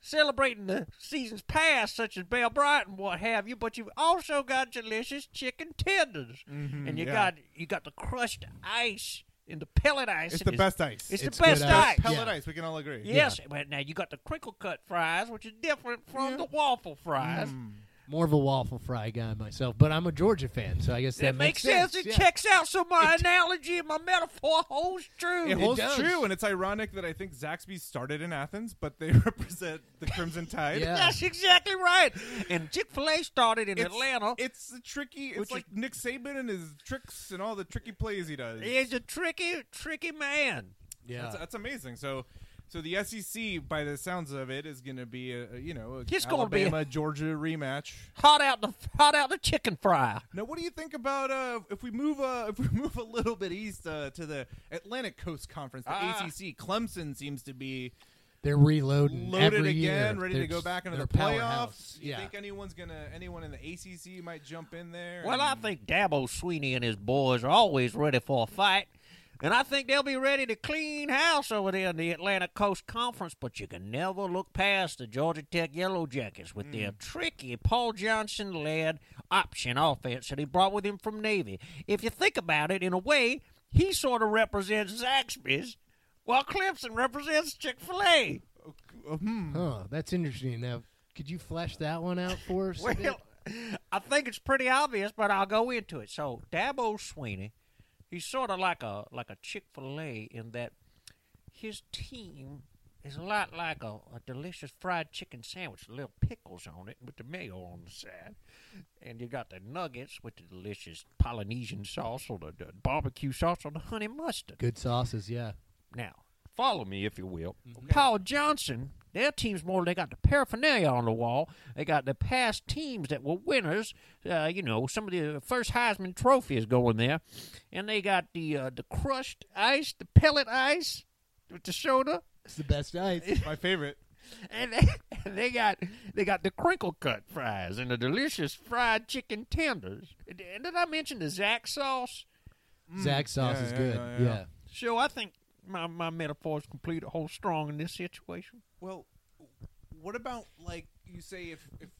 celebrating the seasons past, such as Bell Bryant and what have you, but you've also got delicious chicken tenders, and you
mm-hmm, Mm, yeah.
got you got the crushed ice and the pellet ice.
It's,
and
the best ice.
It's,
It's
the best
good ice.
ice.
pellet
Yeah.
ice. We can all agree.
Yes, but now you got the crinkle cut fries, which is different from the waffle
Mm.
fries.
More of a waffle fry guy myself, but I'm a Georgia fan, so I guess that,
That makes sense.
sense.
It
yeah.
checks out, so my analogy and my metaphor holds true.
It holds
does.
true, and it's ironic that I think Zaxby's started in Athens, but they represent the Crimson Tide.
Yeah.
That's exactly right. And Chick Fil A started in
It's,
Atlanta.
It's a tricky. It's
Which is-
like Nick Saban and his tricks and all the tricky plays he does.
He's a tricky, tricky man.
Yeah.
That's, that's amazing. So, so the SEC, by the sounds of it, is going to be a a, you know a
It's gonna be a-
Alabama Georgia rematch.
Hot out the, hot out the chicken fry.
Now, what do you think about uh, if we move uh, if we move a little bit east uh, to the Atlantic Coast Conference, the
Ah.
ACC? Clemson seems to be
They're reloading
loaded
every
again,
year.
ready
They're
to go
just-
back into the
they're
playoffs.
powerhouse.
You
Yeah.
think anyone's gonna anyone in the ACC might jump in there?
Well, I
and-
think Dabo Sweeney and his boys are always ready for a fight. And I think they'll be ready to clean house over there in the Atlantic Coast Conference, but you can never look past the Georgia Tech Yellow Jackets with
Mm.
their tricky Paul Johnson led option offense that he brought with him from Navy. If you think about it, in a way, he sort of represents Zaxby's, while Clemson represents Chick fil A.
Oh, hmm.
Huh, that's interesting. Now, could you flesh that one out for us? a bit?
Well, I think it's pretty obvious, but I'll go into it. So Dabo Sweeney, he's sort of like a like a Chick Fil A in that his team is a lot like a, a delicious fried chicken sandwich, little pickles on it with the mayo on the side, and you got the nuggets with the delicious Polynesian sauce or the, the barbecue sauce or the honey mustard.
good sauces. Yeah.
Now, follow me if you will. Paul Johnson, their team's more, they got the paraphernalia on the wall. They got the past teams that were winners. Uh, you know, some of the first Heisman trophies going there. And they got the uh, the crushed ice, the pellet ice with the soda.
It's the best ice.
my favorite.
And they, and they got they got the crinkle cut fries and the delicious fried chicken tenders. And Did I mention the Zack sauce?
Zach sauce
Hmm. Yeah,
is
yeah,
good.
yeah,
Yeah.
yeah.
So I think my, my metaphor's complete whole strong in this situation.
Well, what about like you say if if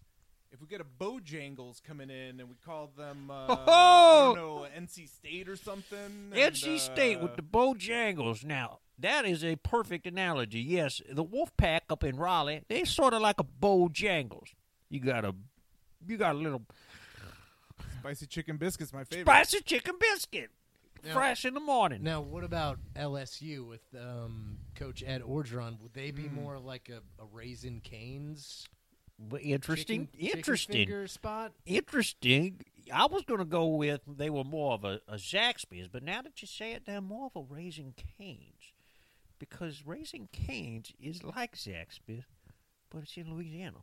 if we get a Bojangles coming in and we call them uh, I
Ho-ho!
don't know NC State or something?
NC
and,
Oh! State
uh,
with the Bojangles. Now, that is a perfect analogy. Yes, the Wolfpack up in Raleigh, they sort of like a Bojangles. You got a you got a little
spicy chicken biscuits, my favorite.
spicy chicken biscuit
Now-
fresh in the morning.
Now, what about LSU with um, Coach Ed Orgeron? Would they be
Hmm.
more like a, a Raisin Canes?
But interesting,
chicken- chicken
interesting,
finger spot.
interesting. I was going to go with they were more of a, a Zaxby's, but now that you say it, they're more of a Raising Canes because Raising Canes is like Zaxby's, but it's in Louisiana.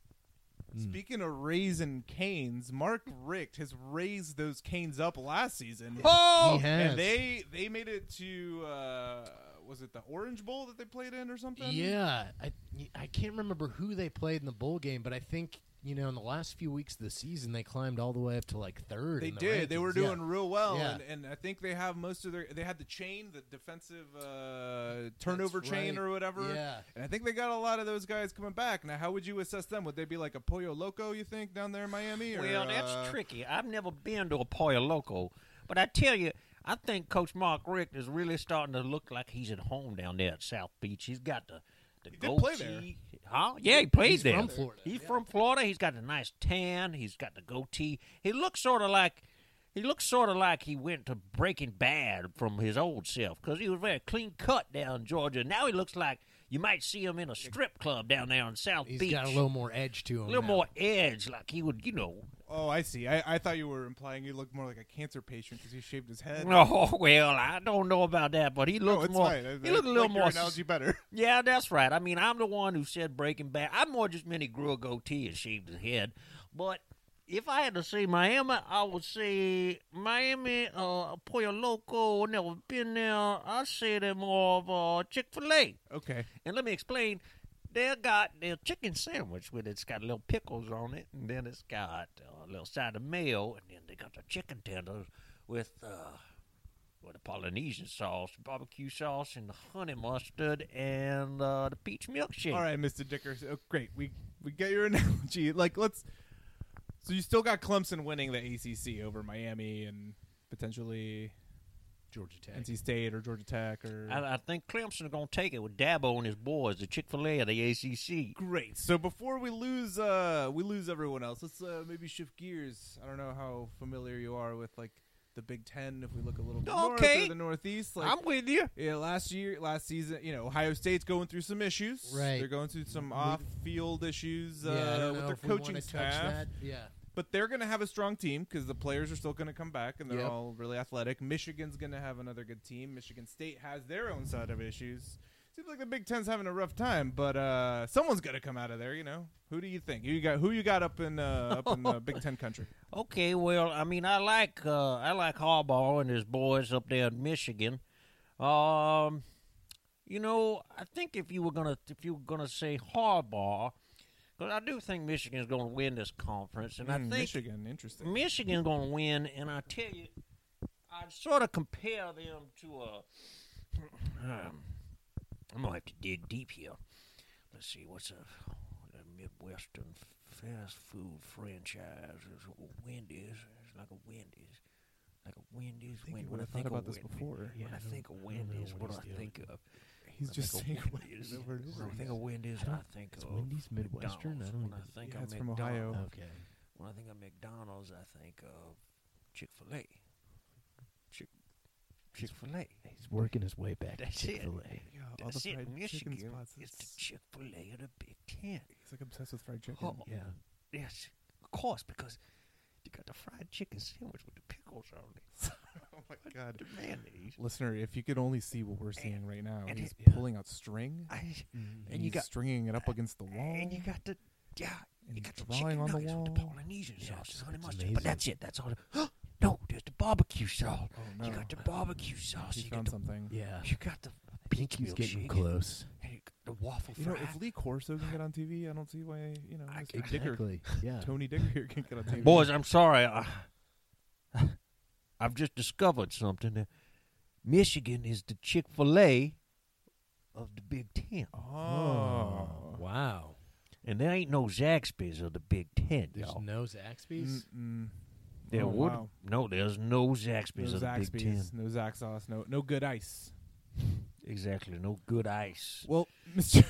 Mm.
Speaking of raising canes, Mark Richt has raised those canes up last season.
Oh,
he has.
And they they made it to uh, was it the Orange Bowl that they played in or something?
Yeah, I I can't remember who they played in the bowl game, but I think you know in the last few weeks of the season they climbed all the way up to like third.
They
in the
did. They
rankings.
were
Yeah.
doing real well,
Yeah.
and, and I think they have most of their. They had the chain, the defensive uh, turnover
That's
chain
right.
or whatever.
Yeah.
And I think they got a lot of those guys coming back. Now, how would you assess them? Would they be like a Pollo Loco? You think down there in Miami? Or,
Well, that's
uh,
tricky. I've never been to a Pollo Loco, but I tell you, I think Coach Mark Richt is really starting to look like he's at home down there at South Beach. He's got the the
He did play
goatee. Huh? Yeah, he played
He's
there.
from Florida,
He's from Florida. He's got the nice tan. He's got the goatee. He looks sort of like he looks sort of like he went to Breaking Bad from his old self because he was very clean cut down in Georgia. Now he looks like you might see him in a strip club down there on South
He's
Beach.
got a little more edge to him.
A little
now.
more
uh,
edge, like he would, you know,
Oh, I see. I, I thought you were implying he looked more like a cancer patient because he shaved his head.
Oh well, I don't know about that, but he
No,
looks
it's
more.
fine. I-
He
I
looked a little
like your
more.
analogy better.
Yeah, that's right. I mean, I'm the one who said Breaking Bad. I'm more just meant he grew a goatee and shaved his head. But if I had to say Miami, I would say Miami, uh, Pollo Loco. Never been there. I say they're more of uh, Chick Fil A.
Okay.
And let me explain. They got their chicken sandwich with it's got little pickles on it, and then it's got uh, a little side of mayo, and then they got the chicken tenders with uh, with the Polynesian sauce, barbecue sauce, and the honey mustard, and uh, the peach milkshake.
All right, Mr. Dickers. Oh, great. We we get your analogy. Like, let's. So you still got Clemson winning the ACC over Miami and potentially
Georgia Tech.
NC State or Georgia Tech or.
I, I think Clemson gonna take it with Dabo and his boys, the Chick Fil A of the ACC.
Great. So before we lose, uh, we lose everyone else. Let's uh, maybe shift gears. I don't know how familiar you are with like the Big Ten. If we look a little bit north
Okay.
or the Northeast, like
I'm with you.
yeah, last year, last season, you know, Ohio State's going through some issues.
Right.
They're going through some off-field issues uh,
yeah, I don't
with
know
their
if we wanna
coaching
touch
staff.
that. Yeah,
But they're going to have a strong team because the players are still going to come back and they're
Yep.
all really athletic. Michigan's going to have another good team. Michigan State has their own side of issues. Seems like the Big Ten's having a rough time, but uh, someone's going to come out of there. You know, who do you think? Who you got? Who you got up in uh, up in the Big Ten country?
Okay, well, I mean, I like uh, I like Harbaugh and his boys up there in Michigan. Um, you know, I think if you were gonna if you were gonna say Harbaugh, because I do think Michigan's gonna win this conference, and I
Mm,
think
Michigan, interesting.
Michigan's going to win, and I tell you, I'd sort of compare them to a. Um, I'm going to have to dig deep here. Let's see, what's a, a Midwestern fast food franchise? It's a Wendy's. It's like a Wendy's. Like a Wendy's.
think you
When,
would've
when I
thought
think
about
of
this
Wendy-
before.
When I think of Wendy's, what do I think of?
He's
I
just
think
saying
of
Wendy's over and
When
over
I think
again.
of Wendy's, I think of
Wendy's Midwestern? I
McDonald's.
don't
When
even-
I think
Yeah,
of
it's from
McDonald's.
Ohio.
okay.
When I think of McDonald's, I think of Chick Fil A. Chick Chick Fil A.
He's working his way back.
That's it. Chick-fil-A.
Yeah, all the
That's it.
fried
Michigan
chicken spots.
is the
It's-
Chick Fil A of the Big Ten.
He's like obsessed with fried chicken.
Oh, yes, of course, because you got the fried chicken sandwich with the pickles on it,
Oh my god.
the mayonnaise,
Listener, if you could only see what we're seeing right now,
and
he's
it-
pulling out string
I-
and,
and you
he's
got
stringing it up against the wall.
and you got the yeah, you
And
got the
drawing
chicken
on the
nuggets with the
wall.
Polynesian
Yeah,
sauce
it's-
and honey
it's
mustard.
amazing.
But that's it. That's all. The, no, there's the barbecue sauce.
Oh,
You
no.
got the barbecue sauce.
He
you got
found
the
something.
Yeah,
You got the
Pinky's
peach
getting
milkshake,
close.
and you got the waffle
You know,
fry.
if Lee Corso can get on TV, I don't see why you know
I-
Mr. Dicker,
Exactly. Yeah.
Tony Dicker here can get on TV.
Boys, I'm sorry. I, I've just discovered something. Michigan is the Chick Fil A of the Big Ten.
Oh.
Wow.
And there ain't no Zaxby's of the Big Ten,
There's
y'all.
no
Mm.
Zaxby's.
Mm-mm.
there
oh,
would
wow.
no, there's no
No
Zaxby's of the Big Ten.
Zaxby's, no Zax sauce, no no good ice.
Exactly, no good ice.
Well, Mr.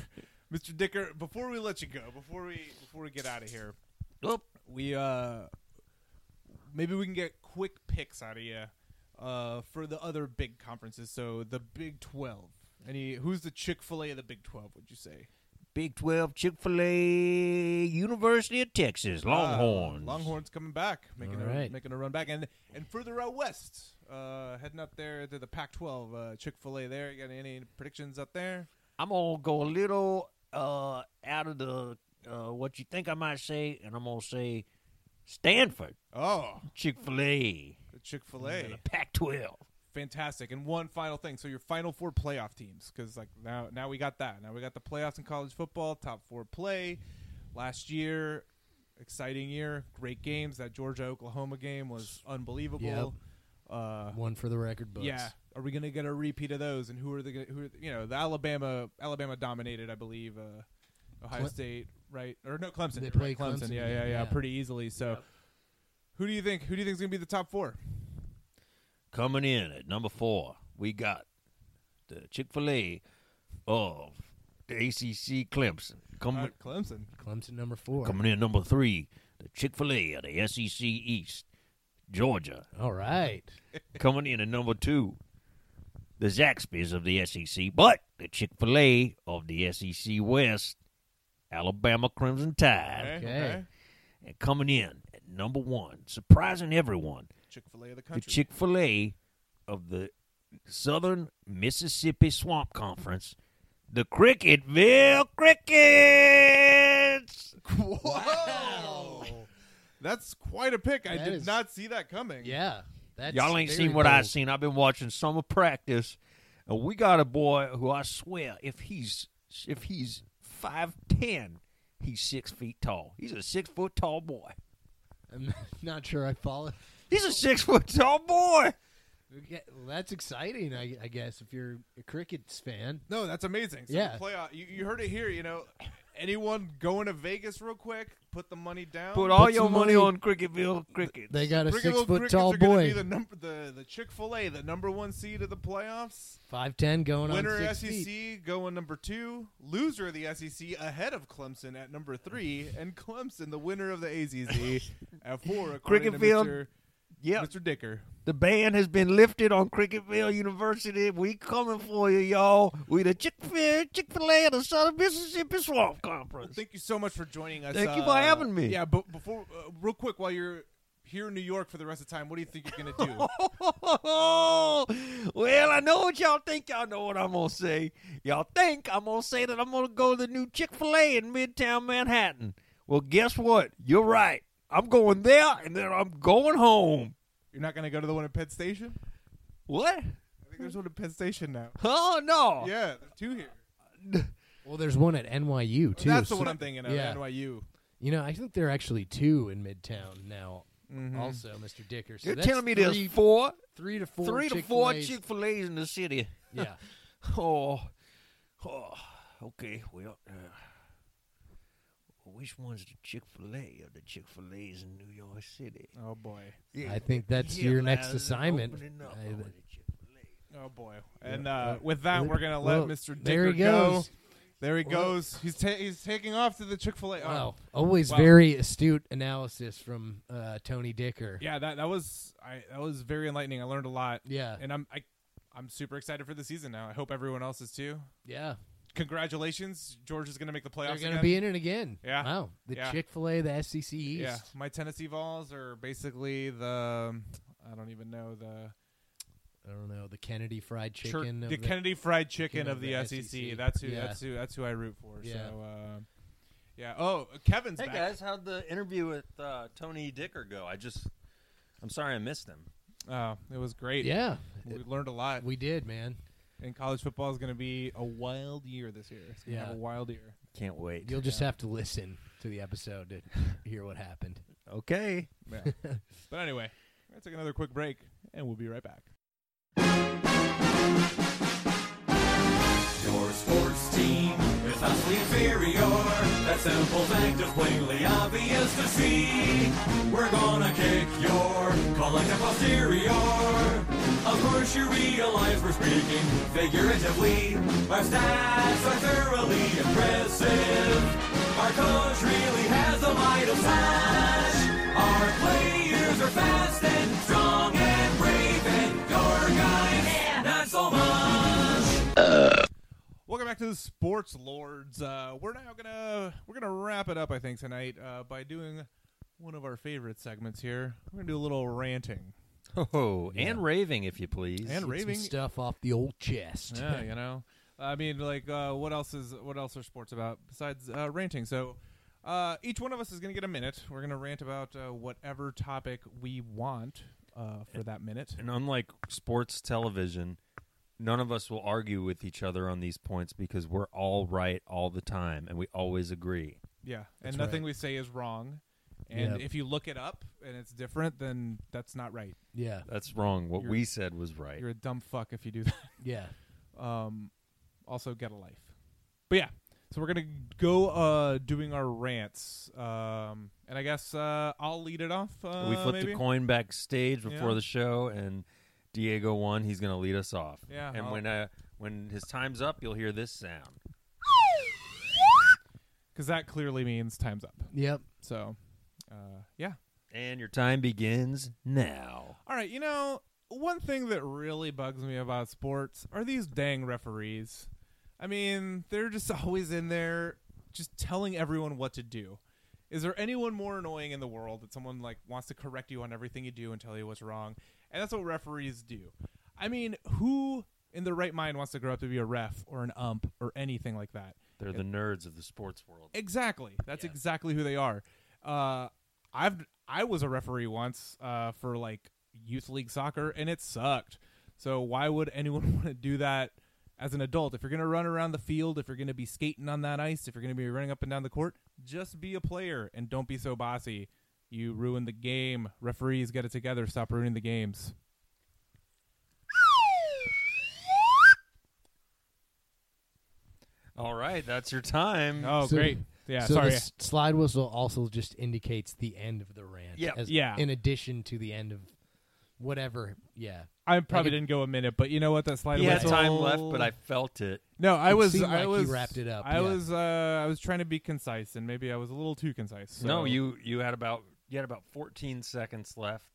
Mr. Dicker, before we let you go, before we before we get out of here,
Oh,
we uh maybe we can get quick picks out of you uh for the other big conferences. So the Big Twelve. Any who's the Chick Fil A of the Big Twelve? Would you say
Big Twelve, Chick Fil A, University of Texas, Longhorns.
Uh, Longhorns coming back, making
All
a
right.
making a run back, and and further out west, uh, heading up there to the Pac twelve. Uh, Chick Fil A there. You got any predictions out there?
I'm gonna go a little uh, out of the uh, what you think I might say, and I'm gonna say Stanford,
Oh,
Chick Fil A,
the Chick Fil A.
Pac-12.
Fantastic. And one final thing. So your final four playoff teams, because like now now we got that. Now we got the playoffs in college football, top four play. Last year, exciting year, great games. That Georgia Oklahoma game was unbelievable. Uh,
One for the record books.
yeah. Are we gonna get a repeat of those? And who are the g- who? Are the, you know, the Alabama Alabama dominated, I believe. Uh, Ohio
Cle-
State, right? Or no, Clemson.
They
right?
played
Clemson.
Clemson,
Yeah,
yeah,
yeah, yeah,
yeah.
Pretty easily. So, who do you think? Who do you think is gonna be the top four?
Coming in at number four, we got the Chick Fil A of the ACC, Clemson.
Um,
Coming
Uh, Clemson.
Clemson number four.
coming in number three, the Chick Fil A of the SEC East, Georgia.
All right.
coming in at number two. The Zaxby's of the SEC, but the Chick fil A of the SEC West, Alabama Crimson Tide.
Okay.
And coming in at number one, surprising everyone,
Chick Fil A of the
the
country.
Chick fil A of the Southern Mississippi Swamp Conference, the Cricketville Crickets.
Whoa! Oh! That's quite a pick. I
That
did
is-
not see that coming.
Yeah. That's
Y'all ain't
very
seen what i
bold.
seen. I've been watching summer practice, and we got a boy who I swear, if he's if he's five ten, he's six feet tall. He's a six foot tall boy.
I'm not sure I follow.
He's a six foot tall boy.
Okay, well, that's exciting, I, I guess, if you're a Crickets fan.
No, that's amazing. So
Yeah.
Playoff. You, you heard it here. You know, anyone going to Vegas real quick? Put the money down.
Put all
Put
your
some
money,
money-
on Cricketville Crickets.
They got a
Brigham
six
Young
foot
Crickets
tall
are gonna
boy.
Be the number, the, the Chick Fil A, the number one seed of the playoffs.
5'10 going on.
Winner E
Six
SEC
feet.
going number two. Loser of the SEC ahead of Clemson at number three, and Clemson the winner of the AZZ at four. according to
Cricketfield.
Mr.
Yep,
Mr. Dicker.
the ban has been lifted on Cricketville University. We coming for you, y'all. We the Chick Fil Chick Fil A of the Southern Mississippi Swamp Conference.
Thank you so much for joining us.
Thank you for
Uh,
having me.
Yeah, but before, uh, real quick, while you're here in New York for the rest of the time, what do you think you're gonna do?
well, I know what y'all think. Y'all know what I'm gonna say. Y'all think I'm gonna say that I'm gonna go to the new Chick Fil A in Midtown Manhattan. Well, guess what? You're right. I'm going there, and then I'm going home.
you're not gonna go to the one at Penn Station?
What?
I think there's one at Penn Station now.
Oh no!
Yeah, there's two here.
Well, there's one at NYU, too.
That's the
so-
one I'm thinking of.
yeah.
NYU.
You know, I think there are actually two in Midtown now,
Mm-hmm.
also, Mr. Dicker. So
Mm-hmm. You're
that's
telling me
three,
there's four,
three to four
three to four
Chick-fil-A's.
Chick Fil A's in the city.
Yeah.
Oh, oh, okay. Well, uh, which one's the Chick Fil A or the Chick Fil A's in New York City?
Oh boy.
Yeah,
I think that's
yeah,
your
man,
next
it's
assignment.
opening up.
I-
I wanna Chick-fil-A.
Oh boy. And uh, with that, we're gonna let
Well,
Mr. Dicker
there he goes.
go. There he goes. He's ta- he's taking off to the Oh. Chick Fil A.
Wow. Always
Wow.
very astute analysis from uh, Tony Dicker.
Yeah, that that was I that was very enlightening. I learned a lot.
Yeah.
And I'm I, I'm super excited for the season now. I hope everyone else is too.
Yeah.
Congratulations, George is gonna make the playoffs.
They're going to
again.
be in it again.
Yeah.
Wow. The
Yeah.
Chick fil A, the SEC East.
Yeah, my Tennessee Vols are basically the I don't even know the
I don't know. The Kennedy fried
Chir-
chicken. of
the Kennedy Fried Chicken
chicken
of
of
the,
the
SEC.
SEC.
That's who.
Yeah.
That's who. That's who I root for.
Yeah.
So, uh, yeah. Oh, Kevin's
Hey
back.
guys, how'd the interview with uh, Tony Dicker go? I just, I'm sorry I missed him.
Oh, it was great.
yeah.
we learned a lot.
We did, man.
and college football is going to be a wild year this year. It's going to
Yeah.
have a wild year.
Can't wait.
You'll just have to listen to the episode to hear what happened.
Okay.
Yeah. but anyway, we're gonna take another quick break, and we'll be right back.
outdoor sports team. It's not inferior. That simple fact is plainly obvious to see. We're gonna kick your collective posterior. Of course, you realize we're speaking figuratively. Our stats are thoroughly impressive. Our coach really has a might of slash. Our players are fast and strong and brave, and your guys, not so much.
Welcome back to the Sports Lords. Uh, we're now gonna we're gonna wrap it up, I think, tonight uh, by doing one of our favorite segments here. We're gonna do a little ranting
Oh, and raving, if you please.
and
Get some
raving.
stuff off the old chest.
Yeah, you know. I mean, like, uh, what else is what else are sports about besides uh, ranting? So, uh, each one of us is going to get a minute. We're going to rant about uh, whatever topic we want uh, for that minute.
and unlike sports television, none of us will argue with each other on these points because we're all right all the time and we always agree.
Yeah, and nothing we say is wrong. And
Yep.
if you look it up and it's different, then that's not right.
Yeah,
That's wrong. What
You're-
we said was right.
You're a dumb fuck if you do that.
yeah.
Um, also, get a life. But yeah, so we're gonna go uh, doing our rants, um, and I guess uh, I'll lead it off. Uh,
we flipped
maybe?
a coin backstage before
Yeah.
the show, and Diego won. He's going to lead us off.
Yeah,
And
I'll-
when uh, when his time's up, you'll hear this sound.
because that clearly means time's up.
Yep.
So, uh, yeah.
And your time begins now.
All right. You know, one thing that really bugs me about sports are these dang referees. I mean, they're just always in there, just telling everyone what to do. Is there anyone more annoying in the world that someone like wants to correct you on everything you do and tell you what's wrong? And that's what referees do. I mean, who in their right mind wants to grow up to be a ref or an ump or anything like that?
They're the nerds of the sports world.
Exactly. That's
Yeah.
exactly who they are. Uh, I've I was a referee once uh, for like youth league soccer, and it sucked. So why would anyone want to do that as an adult? If you're gonna run around the field, if you're gonna be skating on that ice, if you're gonna be running up and down the court, just be a player and don't be so bossy. You ruin the game. Referees, get it together. Stop ruining the games.
All right, that's your time.
Oh,
So-
great. Yeah,
so
sorry.
the s- slide whistle also just indicates the end of the rant.
Yeah.
as-
Yeah.
In addition to the end of whatever. Yeah.
I probably
I could-
didn't go a minute, but you know what? That slide
He had
whistle-
time left, but I felt it.
No, I
It
was.
seemed
I
like he
was
wrapped it up,
I
yeah.
was. Uh, I was trying to be concise, and maybe I was a little too concise. so-
No, you you had about you had about 14 seconds left.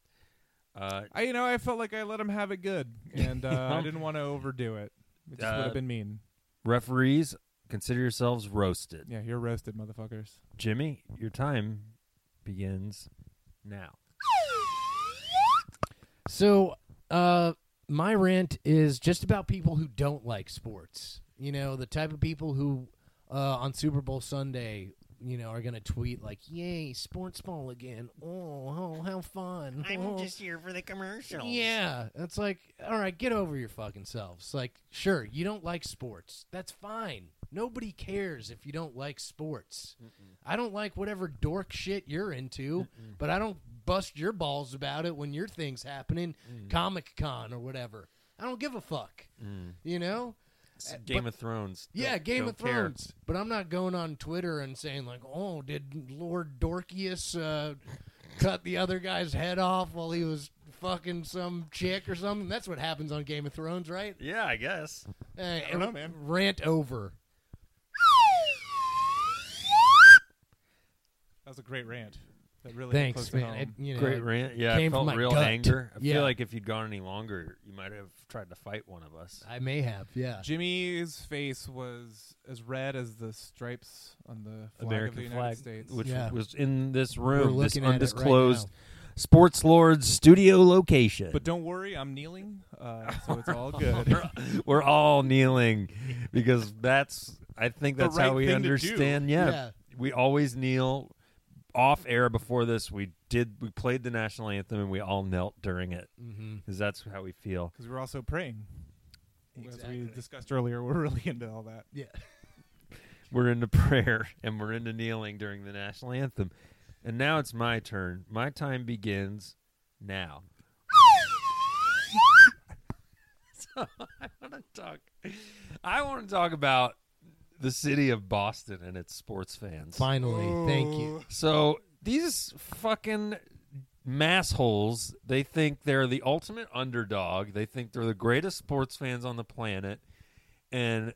Uh,
I, you know, I felt like I let him have it good, and uh, I didn't want to overdo it. It just would
Uh,
have been mean.
referees, consider yourselves roasted.
Yeah, you're roasted, motherfuckers.
Jimmy, your time begins now.
So, uh, my rant is just about people who don't like sports. You know, the type of people who uh, on Super Bowl Sunday, you know, are going to tweet like, "Yay, sports ball again! Oh, oh how fun!"
I'm
Oh."
just here for the commercials.
Yeah, it's like, all right, get over your fucking selves. Like, sure, you don't like sports. That's fine. Nobody cares if you don't like sports. I don't like whatever dork shit you're into, but I don't bust your balls about it when your thing's happening,
Mm.
Comic Con or whatever. I don't give a fuck. You know?
Mm.
Uh,
It's Game of Thrones.
Yeah,
Don't-
Game
don't
of
care.
Thrones. But I'm not going on Twitter and saying like, "Oh, did Lord Dorkius uh, cut the other guy's head off while he was fucking some chick or something?" That's what happens on Game of Thrones, right?
Yeah, I guess.
I
don't know, man.
Rant over.
That was a great rant. That really
Thanks,
closed it
man.
home.
It, you know,
Great rant. Yeah, I
came from
felt
my
real
gut.
anger. I
Yeah.
feel like if you'd gone any longer, you might have tried to fight one of us.
I may have. Yeah.
Jimmy's face was as red as the stripes on the flag of
American
the United
flag,
States.
which
Yeah.
was in this
We're
room, this
looking at it right
undisclosed
now.
Sports Lords studio location.
but don't worry, I'm kneeling, uh, so it's all good.
We're all kneeling because that's. I think
The
that's
right
how we
thing to do.
understand. Yeah.
Yeah.
we always kneel. Off air before this, we did. We played the national anthem and we all knelt during it
Mm-hmm.
because that's how we feel.
Because we're also praying. As we
Exactly.
discussed earlier, we're really into all that.
Yeah.
We're into prayer and we're into kneeling during the national anthem. And now it's my turn. My time begins now. so I want to talk I want to talk about the city of Boston and its sports fans.
Finally, thank
Oh.
you.
So these fucking massholes, they think they're the ultimate underdog. They think they're the greatest sports fans on the planet, and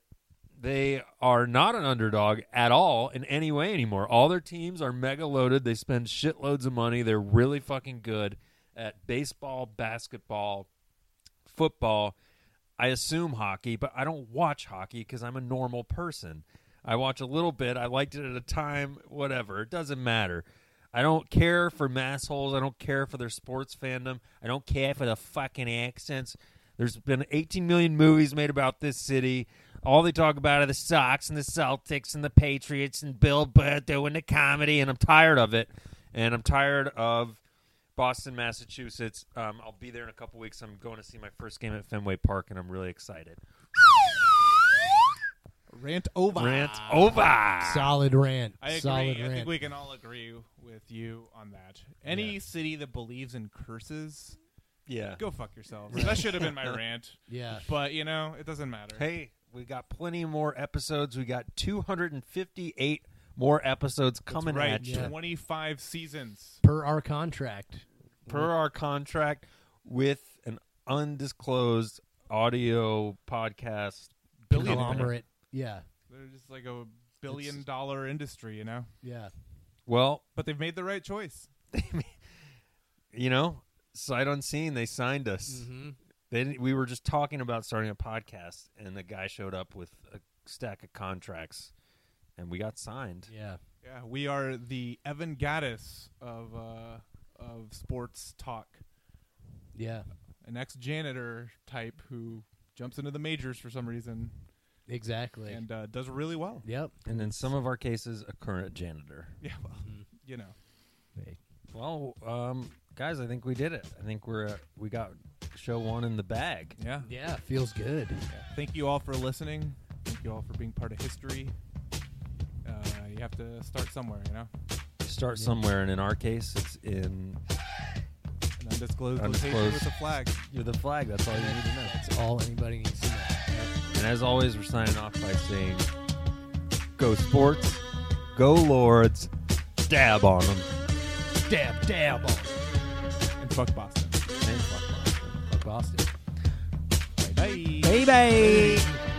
they are not an underdog at all in any way anymore. All their teams are mega loaded. They spend shitloads of money. They're really fucking good at baseball, basketball, football. I assume hockey, but I don't watch hockey because I'm a normal person. I watch a little bit. I liked it at a time, whatever. It doesn't matter. I don't care for massholes. I don't care for their sports fandom. I don't care for the fucking accents. There's been 18 million movies made about this city. All they talk about are the Sox and the Celtics and the Patriots and Bill Burr doing the comedy, and I'm tired of it. And I'm tired of Boston, Massachusetts. Um, I'll be there in a couple weeks. I'm going to see my first game at Fenway Park, and I'm really excited.
Rant over.
Rant over.
Ah. Solid rant.
I agree.
Solid
I think
rant.
we can all agree with you on that. Any city that believes in curses,
Yeah.
go fuck yourself. That should have been my rant.
yeah.
But you know, it doesn't matter.
Hey, we got plenty more episodes. We got 258 more episodes coming
right,
at you
Yeah.
twenty-five seasons.
Per our contract.
per our contract with an undisclosed audio podcast
Billion.
Conglomerate. Yeah.
They're just like a billion-dollar industry, you know.
Yeah.
Well,
But they've made the right choice.
you know, sight unseen, they signed us. They didn't, we were just talking about starting a podcast, and the guy showed up with a stack of contracts, and we got signed.
Yeah.
Yeah, we are the Evan Gaddis of uh, of sports talk,
Yeah.
an ex janitor type who jumps into the majors for some reason
Exactly.
and uh, does really well.
yep.
And in some of our cases, a current janitor.
Yeah, well,
Mm-hmm.
you know,
Well, um, guys, I think we did it. I think we're uh, we got show one in the bag.
yeah.
Yeah. Feels good.
Thank you all for listening. Thank you all for being part of history. Uh, you have to start somewhere, you know,
Start somewhere, and in our case, it's in
an undisclosed, location
Undisclosed.
with a flag.
you're the flag. That's all you need to know.
That's all anybody needs to know.
And as always, we're signing off by saying, "Go sports, go lords, dab on them."
Dab, dab on.
And fuck Boston.
And fuck Boston.
Fuck Boston.
Bye.
Bye bye.